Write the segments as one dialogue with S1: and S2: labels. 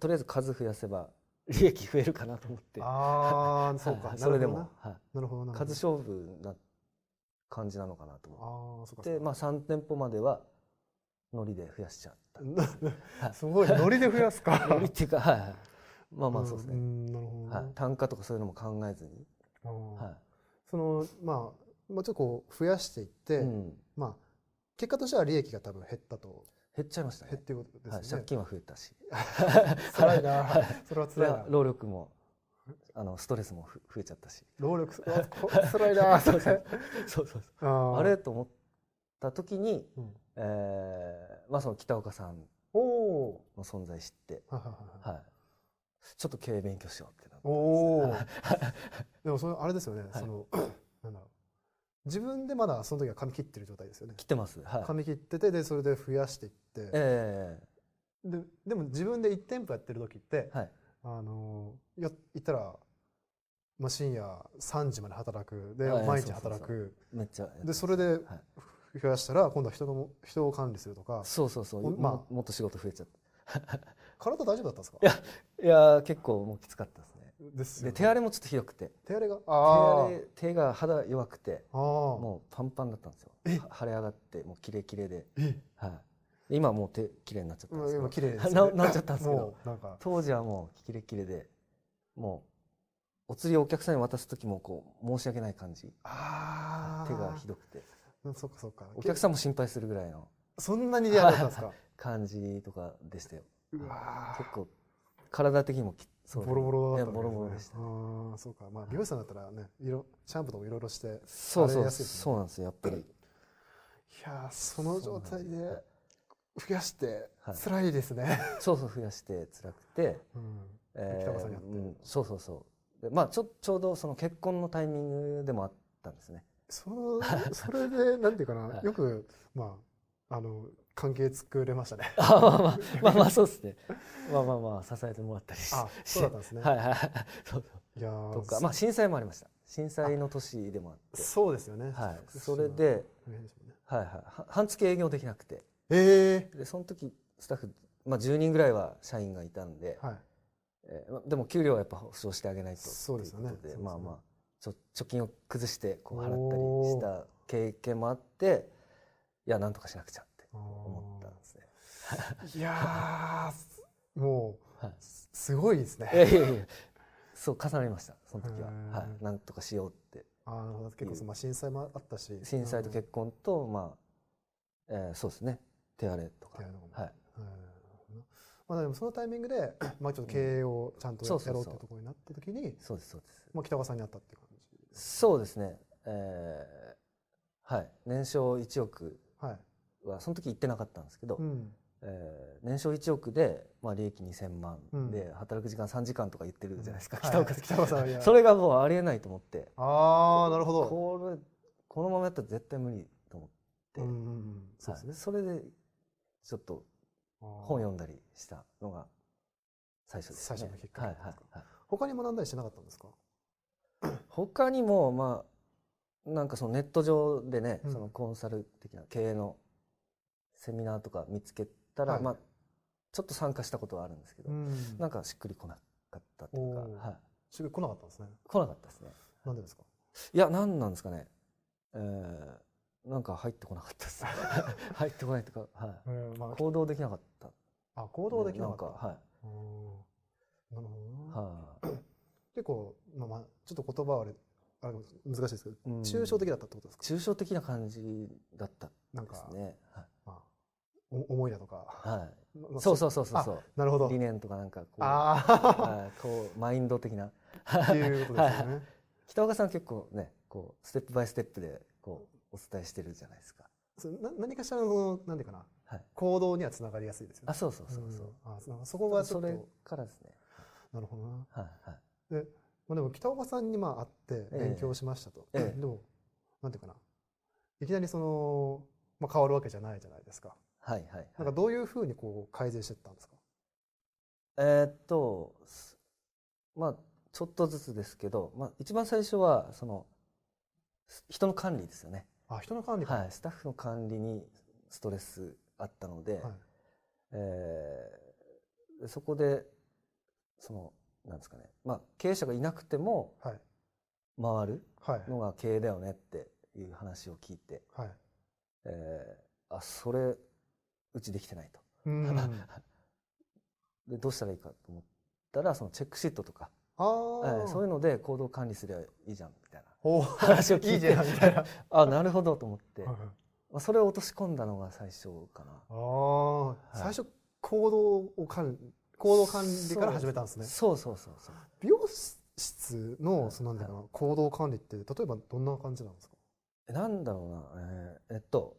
S1: とりあえず数増やせば 利益増えるかなと思って
S2: あ あ、そうか。
S1: はいそれでも、はい、
S2: なるほどな。なるほどなるほ
S1: 数
S2: ど
S1: 勝負な感じなのかなと思
S2: ああ、そうか。
S1: ってで、まあ、3店舗まではノリで増やしちゃった
S2: あ、 すごい。ノリで増やすか。
S1: ノリっていうか、はいはい、まあまあそうですね、
S2: んんなるほどね。
S1: はい、単価とかそういうのも考えずに、
S2: あー
S1: は
S2: そのまあまあちょっとこう増やしていって、
S1: いうん、
S2: まあ結果としては利益が多分減ったと
S1: 減っちゃいましたね
S2: 減っていうこと
S1: はい、
S2: ですよ
S1: 借
S2: ね。
S1: 金は増え たし
S2: 辛 いな
S1: はい。
S2: それは
S1: それ
S2: 辛い
S1: は
S2: な。
S1: 労力もあのストレスもふ増えちゃったし
S2: 労力うわこ辛いな。それ
S1: そうそう
S2: あ
S1: そう
S2: ー
S1: あれと思った時に、
S2: うん
S1: えーまあ、その北岡さん
S2: おお
S1: の存在知って、
S2: ー。はいはいはいはい
S1: はい、ちょっと経営勉強しようってなって
S2: おお。 でもそれあれですよね。
S1: い
S2: その なんだろう。自分でまだその時は髪切ってる状態ですよね。
S1: 来てますはい
S2: 髪切っててでそれで増やしていって。
S1: え
S2: ででも自分で一店舗やってる時って
S1: え。はい
S2: あのや行ったら、まあ、深夜3時まで働くで
S1: はい
S2: 毎日
S1: そうそうそう
S2: 働く
S1: めっちゃ
S2: でそれで
S1: はい、
S2: 増やしたら今度は人の人を管理するとか
S1: そうそうそう、
S2: お
S1: も
S2: まあ
S1: もっと仕事増えちゃっ
S2: 体大丈夫だったんですか
S1: やたいやー結構もうきつかったですね
S2: ですよ
S1: で
S2: ね
S1: 手荒れもちょっとひどくて
S2: 手荒れが
S1: 手
S2: あ
S1: 荒れ手が肌弱くて
S2: あああ
S1: もうパンパンだったんですよは腫れ上がってもうキレキレで、
S2: え
S1: はい、今はもう手綺麗になっちゃったんですけど
S2: 今綺麗で す
S1: ななっちゃったんですけど
S2: もうなんか
S1: 当時はもうキレキレでもうお釣りをお客さんに渡す時もこう申し訳ない感じ
S2: ああ
S1: 手がひどくて
S2: うんそっかそっか
S1: お客さんも心配するぐらいの
S2: そんなに嫌だったんですか
S1: 感じとかでしたよ
S2: うわ
S1: 結構体的にもきそ
S2: ボロボロだった
S1: いやボロボロでした
S2: ああそうかまあ美容師さんだったらね色シャンプーとかもいろいろしてい
S1: そう
S2: あ
S1: そ
S2: れ
S1: う
S2: 安いですね
S1: そうなんですよやっぱり
S2: やーその状態
S1: そうなん
S2: です増やして
S1: はい
S2: 辛いですね、
S1: よそうそう増やして辛くて
S2: うん
S1: え
S2: 北川さんに会って
S1: うん、そうそうそうでまあちょちょうどその結婚のタイミングでもあったんです ね
S2: そのそれでなんていうかな
S1: はい
S2: よくまああの関係作れましたね
S1: あまあまあまあまあそうですねまあまあまあ支えてもらったりし
S2: あそうだったんですね
S1: はいはい はいそうそ
S2: いや
S1: う
S2: ー
S1: とかまあ震災もありました震災の年でもあって
S2: そうですよね
S1: はいそれで
S2: 大変ですもんね
S1: はいはいは半月営業できなくて
S2: え
S1: でその時スタッフまあ10人ぐらいは社員がいたんで
S2: え、はい
S1: えーまあでも給料はやっぱ保証してあげないと
S2: そうですよね
S1: っていこと
S2: そうです
S1: で
S2: ね
S1: まあまあちょ貯金を崩してこう払ったりした経験もあっていやなんとかしなくちゃって思ったんですね。
S2: いやーもう
S1: はい
S2: すすごいです
S1: いや
S2: ね
S1: いやいやそう重なりましたその時は、
S2: へー
S1: はい、なんとかしようって
S2: あーなるほど結構そのまあ震災もあったし
S1: 震災と結婚とまあ、えーそうですね手荒れとか
S2: 手荒れとかも
S1: はい、
S2: うんまあでもそのタイミング でまあちょっと経営をちゃんと
S1: そうそうそう
S2: やろうっていうところになった時に
S1: そうですそうです
S2: まあ北川さんに会ったっていう感じ
S1: そうですねえーはい年商1億
S2: はい
S1: はその時行ってなかったんですけど、
S2: うん
S1: えー年商1億で、まあ、利益2000万
S2: うん
S1: で、働く時間3時間とか言ってるじゃないですか、
S2: はい
S1: 北岡さん、
S2: 北岡さんはいや
S1: それがもうありえないと思って
S2: ああなるほど
S1: これこのままやったら絶対無理と思ってて
S2: うんうんうん、そうですね
S1: はい、それでちょっと本
S2: あー
S1: 読んだりしたのが最初です、ね、
S2: 最初のきっか
S1: は
S2: け
S1: い
S2: で
S1: は
S2: すか
S1: いはい
S2: 他に学んだりしなかったんですか
S1: 他にもまあなんかそのネット上でね、
S2: うん
S1: そのコンサル的な経営のセミナーとか見つけたら、
S2: はい
S1: まあちょっと参加したことはあるんですけど、
S2: ん
S1: なんかしっくりこなかったっていうか、
S2: おー
S1: はい、
S2: すぐ来なかったんですね
S1: 来なかったですね
S2: なんでですか
S1: いや何なんですかねえー、なんか入ってこなかったです 入ってこないというか、はい、
S2: うんま
S1: 行動できなかった
S2: ああ行動できなかった
S1: んかはい
S2: あーなるほどな
S1: はい、
S2: 結構まあまあちょっと言葉はあれあれかも難しいですけど
S1: うん
S2: 抽象的だったってことですか
S1: 抽象的な感じだった
S2: なん
S1: で
S2: か
S1: すね。
S2: まあお思いだとか
S1: はい。
S2: ままあ
S1: そうそうそうそうそう。
S2: なる ほど
S1: 理念とかなんかこう、
S2: あ
S1: はいこうマインド的な。
S2: あっていうことですよね
S1: 北岡さん結構ね、こうステップバイステップでこうお伝えしてるじゃないですか。
S2: それな何かしらのそのなんていうかな
S1: はい。
S2: 行動にはつながりやすいですよ
S1: あ、
S2: ね
S1: そうそうそうそう。
S2: うんあそそこはちょ
S1: そ
S2: っと
S1: れからですね。
S2: なるほどな
S1: はいはい。
S2: まあ、でも北岡さんにまあ会って
S1: ええ
S2: 勉強しましたと、
S1: ええ
S2: でもなんていうかないきなりその、まあ、変わるわけじゃないじゃないですか
S1: はいはいはい、
S2: なんかどういうふうにこう改善していったんですか、
S1: えーっと、すまあちょっとずつですけど、まあ一番最初はそのす人の管理ですよね。
S2: あ人の管理か
S1: はい。スタッフの管理にストレスあったので。
S2: はい
S1: えーそこでそのなんですかね、まあ、経営者がいなくても
S2: はい
S1: 回る
S2: はい
S1: のが経営だよねっていう話を聞いて、
S2: はい
S1: えーあそれうちできてないと
S2: うん
S1: でどうしたらいいかと思ったらそのチェックシートとか、え
S2: あー
S1: ーそういうので行動管理すればいいじゃんみたいな
S2: おー
S1: 話を聞
S2: い
S1: い
S2: い
S1: て
S2: じゃんみたいなはい
S1: あなるほどと思って、
S2: はい
S1: まあ、それを落とし込んだのが最初かな。
S2: あー
S1: い
S2: 最初行動を管理行動管理から始めたんですね
S1: そうそうそうそう
S2: 美容室
S1: は
S2: の
S1: い
S2: そのなんだろうな行動管理って例えばどんな感じなんですか
S1: えなんだろうな、えーえっと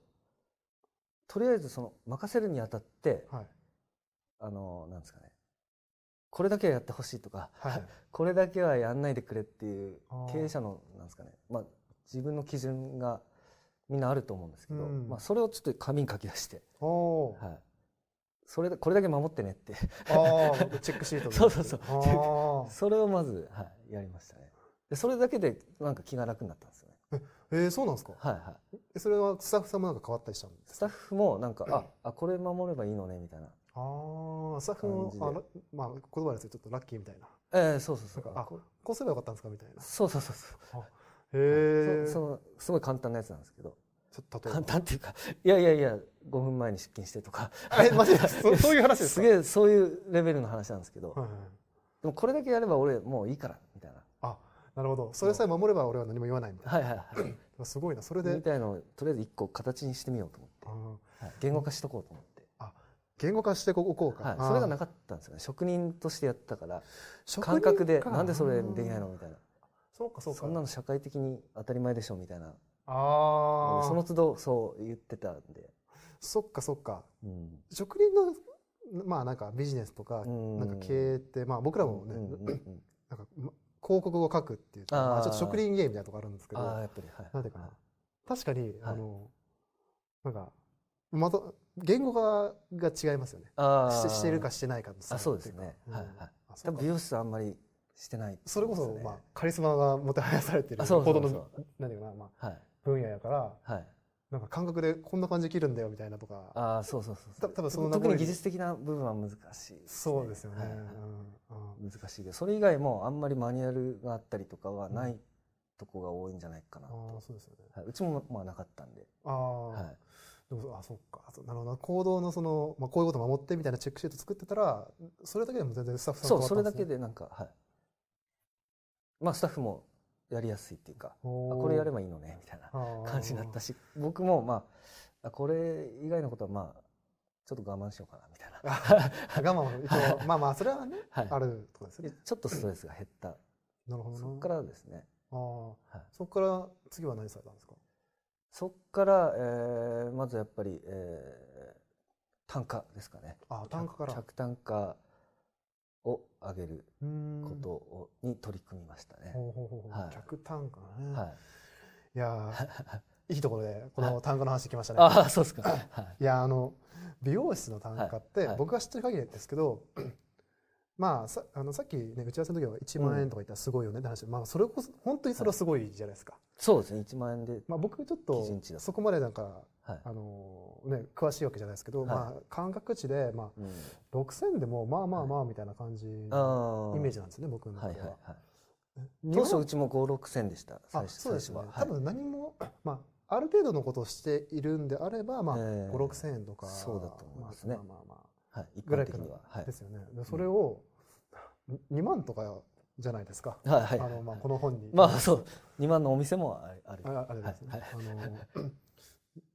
S1: とりあえずその任せるにあたって
S2: はい
S1: あのなんですかねこれだけはやってほしいとか、
S2: はい
S1: これだけはやんないでくれっていう
S2: あー
S1: 経営者のなんですかね、まあ、自分の基準がみんなあると思うんですけど、
S2: うん
S1: まあ、それをちょっと紙に書き出して、
S2: おお
S1: はい、それでこれだけ守ってねって
S2: ああ、チェックシートみたい
S1: そうそ
S2: な
S1: うそう
S2: あ ー
S1: それをまず、はい、やりましたねでそれだけでなんか気が楽になったんですよね、
S2: えー、そうなんですか。
S1: はいはい、
S2: えそれはスタッフさんもなんか変わったりしたんです
S1: スタッフもなんか、ああこれ守ればいいのねみたいな
S2: ああ、スタッフ
S1: 感じで
S2: も、あらまあ、言葉ですけどちょっとラッキーみたいな。
S1: ええそうそうそう
S2: なんかあ
S1: こ
S2: こうすればよかったんですかみたいな。
S1: そうそうそうそう
S2: へえ。
S1: そそのすごい簡単なやつなんですけど
S2: ちょっと例え
S1: 簡
S2: ば。
S1: 単っていうかいやいやいや5分前に出勤してとか
S2: え、マジですそそういう話です
S1: す
S2: か。
S1: げえそういうレベルの話なんですけど、
S2: はいはいはい。
S1: でもこれだけやれば俺もういいからみたいな
S2: あ、なるほど。それさえ守れば俺は何も言わないみたい
S1: はいはいはい
S2: な。すごいな。それ
S1: み
S2: で、
S1: たいのをとりあえず一個形にしてみようと思
S2: あー
S1: って、はい言語化しとこうと思って、
S2: 言語化してここうか。
S1: はい
S2: あー
S1: それがなかったんですよね職人としてやったから
S2: 職人
S1: 感覚で
S2: か
S1: なんでそれできないのみたいな
S2: そうかそうか。
S1: そんなの社会的に当たり前でしょみたいな
S2: ああ。
S1: その都度そう言ってたんで、
S2: そっかそっか。
S1: うん
S2: 職人のまあなんかビジネスとか
S1: うん
S2: なんか経営ってまあ僕らもね
S1: うんうんうんうん
S2: なんかま広告を書くっていうと
S1: あー
S2: まあちょっと職人芸みたいなとこあるんですけ
S1: ああ
S2: ど
S1: やっぱりはい
S2: なんていうかな確かに
S1: はい
S2: あのなんかまと言語化が違いますよね
S1: あ
S2: し
S1: あ
S2: してるかしてないかの差
S1: あそうですね
S2: っていか
S1: はいは
S2: うん
S1: い
S2: あそ
S1: 多
S2: う
S1: 分
S2: か
S1: 美容室あんまりしてない
S2: それこ
S1: で
S2: そ
S1: すね
S2: まあカリスマがもてはやされてる
S1: あ
S2: ほ
S1: そうそうそ
S2: ど
S1: う
S2: のなんていうかなまあ
S1: はい
S2: 分野やから
S1: はい
S2: なんか感覚でこんな感じで切るんだよみたいなとか
S1: ああそうそうそうそう
S2: た多分その名残
S1: 特に技術的な部分は難しいですね
S2: そうですよね
S1: はい
S2: うんうん
S1: 難しいけどそれ以外もあんまりマニュアルがあったりとかはないとこが多いんじゃないかな
S2: あ
S1: と
S2: ーそうですよね
S1: はいうちもまあなかったんで
S2: ああ
S1: はい
S2: でもそうあそっかそうなるほどな行動のその、まあ、こういうこと守ってみたいなチェックシート作ってたらそれだけでも全然スタッフさん
S1: そうそれだ
S2: 変わったん
S1: け
S2: すね
S1: でなんかはいまあスタッフもやりやすいっていうかあ
S2: おー
S1: これやればいいのねみたいな
S2: あー
S1: 感じになったし僕もまああこれ以外のことはまあちょっと我慢しようかなみたいな、
S2: 我慢を一応まあまあそれはね、
S1: はい
S2: あるとこですよね
S1: でちょっとストレスが減った、
S2: なるほどな
S1: そこからですね、
S2: あー
S1: はい、
S2: そこから次は何されたんですか
S1: そこから、えーまずやっぱり、えー単価ですかね
S2: あー単価から
S1: 客客単価を上げる
S2: うーん
S1: ことをに取り組みましたね、
S2: ほうほうほうほう、
S1: はい
S2: 客単価ね、
S1: はい、
S2: い、やー いいところでこの単価の話来ましたね、
S1: ああそうです か、はい
S2: いやあの美容室の単価って、
S1: はいはい
S2: 僕が知ってる限りですけど、まあさあのさっきね打ち合わせの時は1万円とか言ったらすごいよねって話、まあそれこそ本当にそれはすごいじゃないですか。
S1: そうですね1万円で、
S2: まあ僕ちょっ
S1: 基準値
S2: と
S1: だと
S2: そこまでなんか
S1: はい
S2: あのね詳しいわけじゃないですけど、
S1: はい
S2: まあ感覚値でま
S1: うん、
S2: あ6000でもまあまあまあみたいな感じの
S1: あ
S2: イメージ
S1: ジ
S2: なんですよね僕の
S1: はいは
S2: 中
S1: い
S2: で
S1: は
S2: は。
S1: い
S2: 日
S1: 当
S2: 本
S1: 初うちも5、6千でした。
S2: あ
S1: 最初
S2: そうですよね。
S1: 最
S2: 多
S1: 初は
S2: 分何も まあある程度のことをしているんであればまあ
S1: ええ
S2: 5、6000円とか
S1: そうだと思いますね
S2: まあまあまあ。
S1: はい。はい、一
S2: ぐら
S1: 般
S2: い
S1: 的
S2: から
S1: には。はい
S2: で。すよね。でそれを2万とかじゃないですか。
S1: はいは
S2: あ
S1: い。
S2: のまあこの本に。
S1: まあそう、2万のお店もあるある。
S2: ああれですね。
S1: はい
S2: あの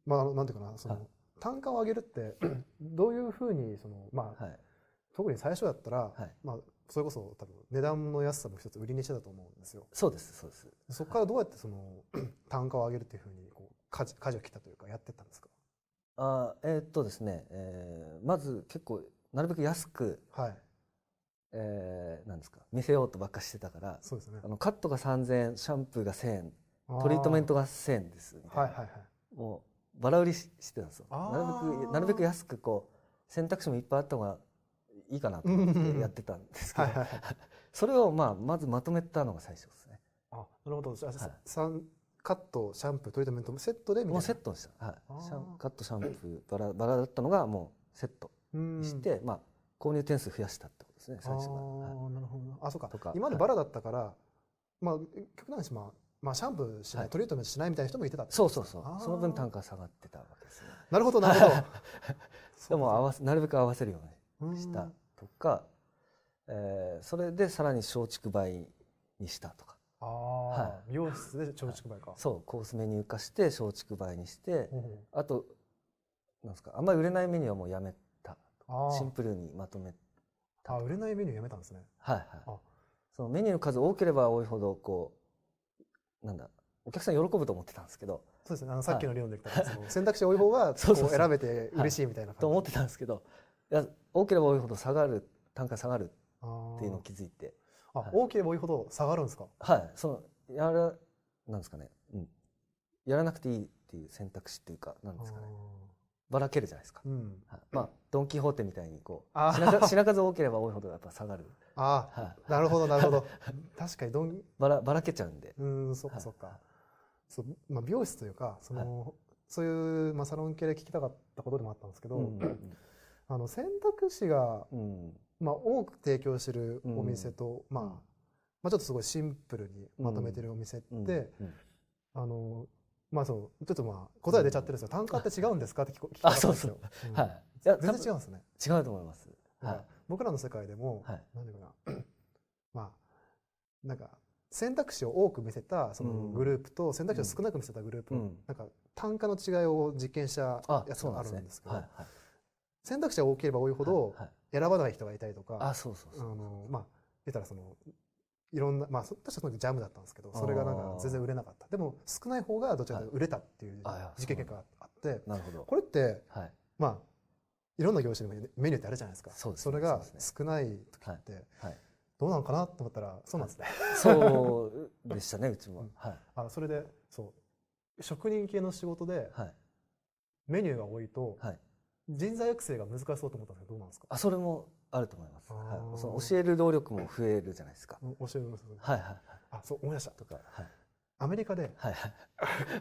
S2: まああのなんていうかなその、
S1: はい
S2: 単価を上げるって どういうふうにそのまあ、
S1: はい。
S2: 特に最初だったら、
S1: はい
S2: まあそれこそ多分値段の安さも一つ売りにしてたと思うんですよ。
S1: そうです、そうです。
S2: そこからどうやってその 単価を上げるっていうふうにこう舵舵を切ったというかやってったんですか。
S1: あーえーっとですね、えーまず結構、なるべく安く、
S2: はい。
S1: えー、なんですか、見せようとばっかしてたから、
S2: そうですね
S1: あ。のカットが3000円、シャンプーが1000円、トリートメントが1000円です。み
S2: あー。
S1: たい
S2: はい
S1: な
S2: はいはい。
S1: もう、バラ売りししてたんですよ。
S2: あ
S1: な
S2: ー
S1: るべく、なるべく安く、こう、選択肢もいっぱいあった方がいいかなと思
S2: うん
S1: っ
S2: うんう
S1: て
S2: ん
S1: やってたんですけ
S2: は
S1: ど
S2: い、はいはい。
S1: それをまあまずまとめたのが最初ですね。
S2: あ、なるほど。じゃあ、
S1: はい
S2: 三カット、シャンプー、トリートメントもセットでみたいな。
S1: もうセットにした。は
S2: あー
S1: い。シャンカットシャンプーバラバラだったのがもうセット
S2: うん
S1: にして、まあ購入点数増やしたってことですですね、
S2: ああ
S1: 最初は。はい
S2: ーなるほどなあそうか
S1: とか
S2: 今まで
S1: はい
S2: バラだったから、まあ極端にまあまあシャンプーしない、
S1: はい
S2: トリートメントしないみたいな人もいてたって
S1: そうそうそう
S2: あ。ー
S1: その分単価下がってたわけ ですね。
S2: なるほどなるほど
S1: でも合わせなるべく合わせるようにし
S2: う
S1: た
S2: ん
S1: とか、えーそれでさらに松竹梅にしたとか、
S2: あ
S1: は
S2: あ美容室で松竹梅か
S1: そうコースメニュー化して松竹梅にして、
S2: ほうほう
S1: あとなんですかあんまり売れないメニューはもうやめた。
S2: あ
S1: シン
S2: ー
S1: プルにまとめた
S2: あ
S1: とか。
S2: 売れないメニューやめたんですね
S1: はい
S2: あ
S1: はい。そのメニューの数多ければ多いほどこうなんだお客さん喜ぶと思ってたんですけど、
S2: そうですねあのさっきの理論で言ったら、その選択肢多い方 が
S1: そうそうそう
S2: こう選べて嬉しいみたいな
S1: と
S2: 感じ、
S1: 思ってたんですけど、いや多ければ多いほど下がる単価下がる
S2: あー
S1: っていうのを気づいて、
S2: あ、
S1: はい
S2: 大きれば多いほど下がるんですか
S1: はい、そのやらなんですかね、うん、やらなくていいっていう選択肢っていうかなんですかね、ばらけるじゃないですか
S2: あー。うん
S1: はい、まあドンキホーテみたいにこ う
S2: あー
S1: 品数品数多ければ多いほどやっぱ下がる、
S2: あ
S1: はい、
S2: あなるほどなるほど確かにどん
S1: ばらばらけちゃうんで、
S2: うんそっかそっか、そうまあ、美容室というかその、そういう、まあ、サロン系で聞きたかったことでもあったんですけど、
S1: うん
S2: あの選択肢が、
S1: うんうん
S2: まあ、多く提供してるお店と、まあ
S1: うん
S2: まあ、ちょっとすごいシンプルにまとめてるお店って、
S1: うんうん
S2: あのまあ、そうちょっとまあ答え出ちゃってるんですよ単価って違うんですかって聞こ聞きた か
S1: あ
S2: った
S1: そ
S2: ん
S1: う
S2: です
S1: そう
S2: よ。うん
S1: はいいや
S2: 全
S1: 多
S2: 然違
S1: 分
S2: うんですね。
S1: 違うと思います
S2: なん
S1: は
S2: か僕らの世界でも、
S1: はい
S2: なんていうかな まあなんか選択肢を多く見せたその
S1: うん
S2: グループと選択肢を少なく見せたグループの、
S1: うん
S2: なんか単価の違いを実験した
S1: あ
S2: やつ
S1: そう
S2: が
S1: なんで
S2: あ
S1: す
S2: る
S1: ね
S2: んですけど
S1: はいはい
S2: 選択肢が多ければ多いほど
S1: はいはい
S2: 選ばない人がいたりとか、
S1: あそうそう
S2: あ
S1: そう
S2: のまあ言ったらそのいろんなまあそ確かその時ジャムだったんですけど
S1: あー
S2: それがなんか全然売れなかったでも少ない方がどちらかというと売れたっていう
S1: はいあいや
S2: 実験結果があって
S1: なるほど
S2: これって
S1: はい
S2: まあいろんな業種にもメニューってあるじゃないですか
S1: そうですね
S2: れが
S1: そうです
S2: 少ない時って、
S1: はい
S2: どうなのかなと思ったらそうなんですね
S1: そうでしたねうちも、
S2: うん
S1: はい
S2: あそれでそう職人系の仕事で
S1: はい
S2: メニューが多いと
S1: はい
S2: 人材育成が難しそうと思ったんですけどどうなんですか
S1: あそれもあると思います、
S2: あー
S1: はい、その教える労力も増えるじゃないですか、
S2: うん教えてください
S1: はいはいはい
S2: あそう思い出した
S1: とかはい
S2: アメリカで
S1: はいはい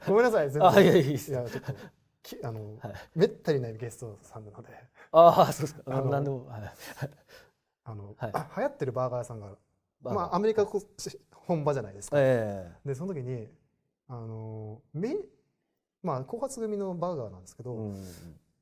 S2: ごめんなさい全
S1: あいやいやいいです
S2: いやちょっときあの、
S1: はい
S2: めったにないゲストさんなので
S1: ああそうですか
S2: あの
S1: 何でもはい
S2: あの、
S1: はい
S2: あ流行ってるバーガー屋さんがあるまあアメリカこし本場じゃないですか、
S1: え
S2: でその時にあのメまあ後発組のバーガーなんですけ
S1: え
S2: ど、
S1: うんうん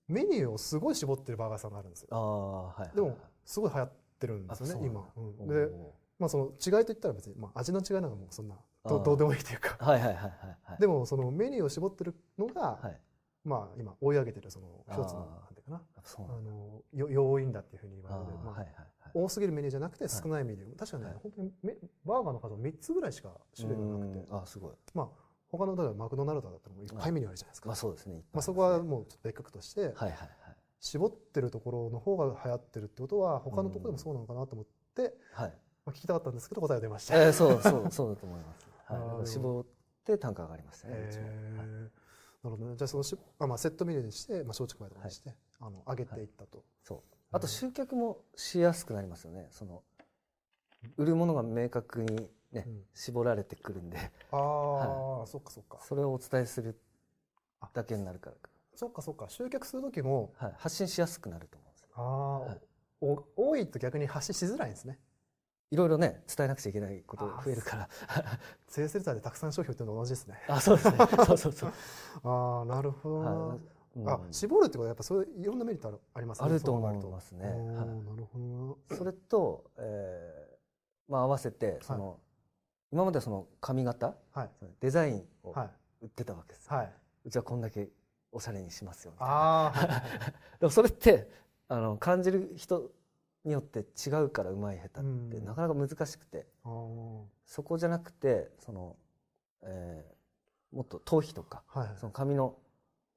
S2: メニューをすごい絞ってるバーガー屋さんがあるんですよ
S1: ああはいはい
S2: でもすごい流行ってるんですよね
S1: あそうなんだ
S2: 今、うん
S1: お
S2: で
S1: ー、
S2: まあ、その違いといったら別に、まあ、味の違いなんかもうそんなど
S1: あー
S2: どうでもいいというか
S1: はいはいはいはいはい
S2: でもそのメニューを絞ってるのが、
S1: はい
S2: まあ今追い上げてるその一つの
S1: あー
S2: なんていうかな
S1: あそう
S2: あ
S1: なんだ
S2: のよ要因だっていうふうに言
S1: あ
S2: わ
S1: ー
S2: れてま
S1: は
S2: あ
S1: いはいはい
S2: 多すぎるメニューじゃなくて少ないメニュー、確かね、
S1: はい
S2: 本当にメバーガーの数も3つぐらいしか種類がなくて
S1: うんあすごい
S2: まあ他の例えばマクドナルドだったらもういっぱいメニューあるじゃないですか、
S1: まあそうですねいっぱい
S2: まあ、そこはもうちょっと別格として、
S1: はいはいはい
S2: 絞ってるところの方が流行ってるってことは他のところでもそうなのかなと思って、
S1: はい
S2: まあ、聞きたかったんですけど答えが出ました。
S1: えーそうそうそうだと思い ますはい
S2: あ
S1: だ
S2: ー
S1: か
S2: でも
S1: ら絞って単価上がりましたねうちも
S2: えー
S1: はい
S2: なるほどね。じゃあそのし、あまあ、セットメニューにして、まあ、松竹梅とかにして、あの上げていったと。
S1: そうあと集客もしやすくなりますよねその売るものが明確にね、
S2: うん
S1: 絞られてくるんで
S2: ああ、
S1: は
S2: そっかそっか。
S1: それをお伝えするだけになるから
S2: そっかそっか。集客する時も、
S1: はい、発信しやすくなると思うんですよ
S2: ああ、
S1: はい
S2: お多いと逆に発信しづらいんですね。
S1: いろいろね伝えなくちゃいけないこと
S2: あー
S1: 増えるから
S2: セールセルターでたくさん商品売ってるのと同じですね。
S1: あそう ですねそうそうそう、
S2: ああ、なるほどな、
S1: はいうん
S2: あ、絞るってことはやっぱそういういろんなメリットあるあります
S1: あると
S2: そうなる
S1: 思いますね、
S2: おー
S1: は
S2: なるほど
S1: い、それと、えーまあ、合わせてその、今まではその髪型
S2: な。はい。
S1: デザインを
S2: は
S1: 売
S2: い。
S1: ってたわけですよ、
S2: はい。
S1: うちはこんだけおしゃれにしますよみたいな
S2: ああ、はい
S1: でもそれってあの感じる人によって違うからうまい下手って
S2: うん
S1: なかなか難しくて、
S2: あー
S1: そこじゃなくてその、えーもっと頭皮とか
S2: はい。
S1: その髪の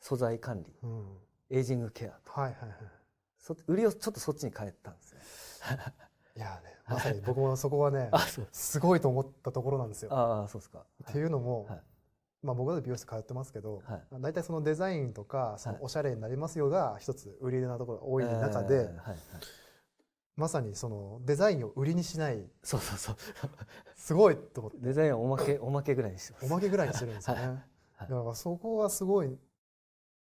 S1: 素材管理
S2: うん。
S1: エイジングケア
S2: はいはいはい。
S1: そ売りをちょっとそっちに変えたんですね。
S2: いやーね、まさに僕もそこはね
S1: あ、そう
S2: すごいと思ったところなんですよ。
S1: あーそうですか。
S2: っていうのも、
S1: はい
S2: まあ、僕は美容室通ってますけど、
S1: はい
S2: 大体そのデザインとかその
S1: はい
S2: おしゃれになりますよが一つ売りなところが多い中で、
S1: えーはいはい、
S2: まさにそのデザインを売りにしない
S1: そうそうそう。
S2: すごいと思って
S1: デザインはおまけおまけぐらいにしてます。
S2: おまけぐらいにしてるんですよね。
S1: はい
S2: だからそこはすごい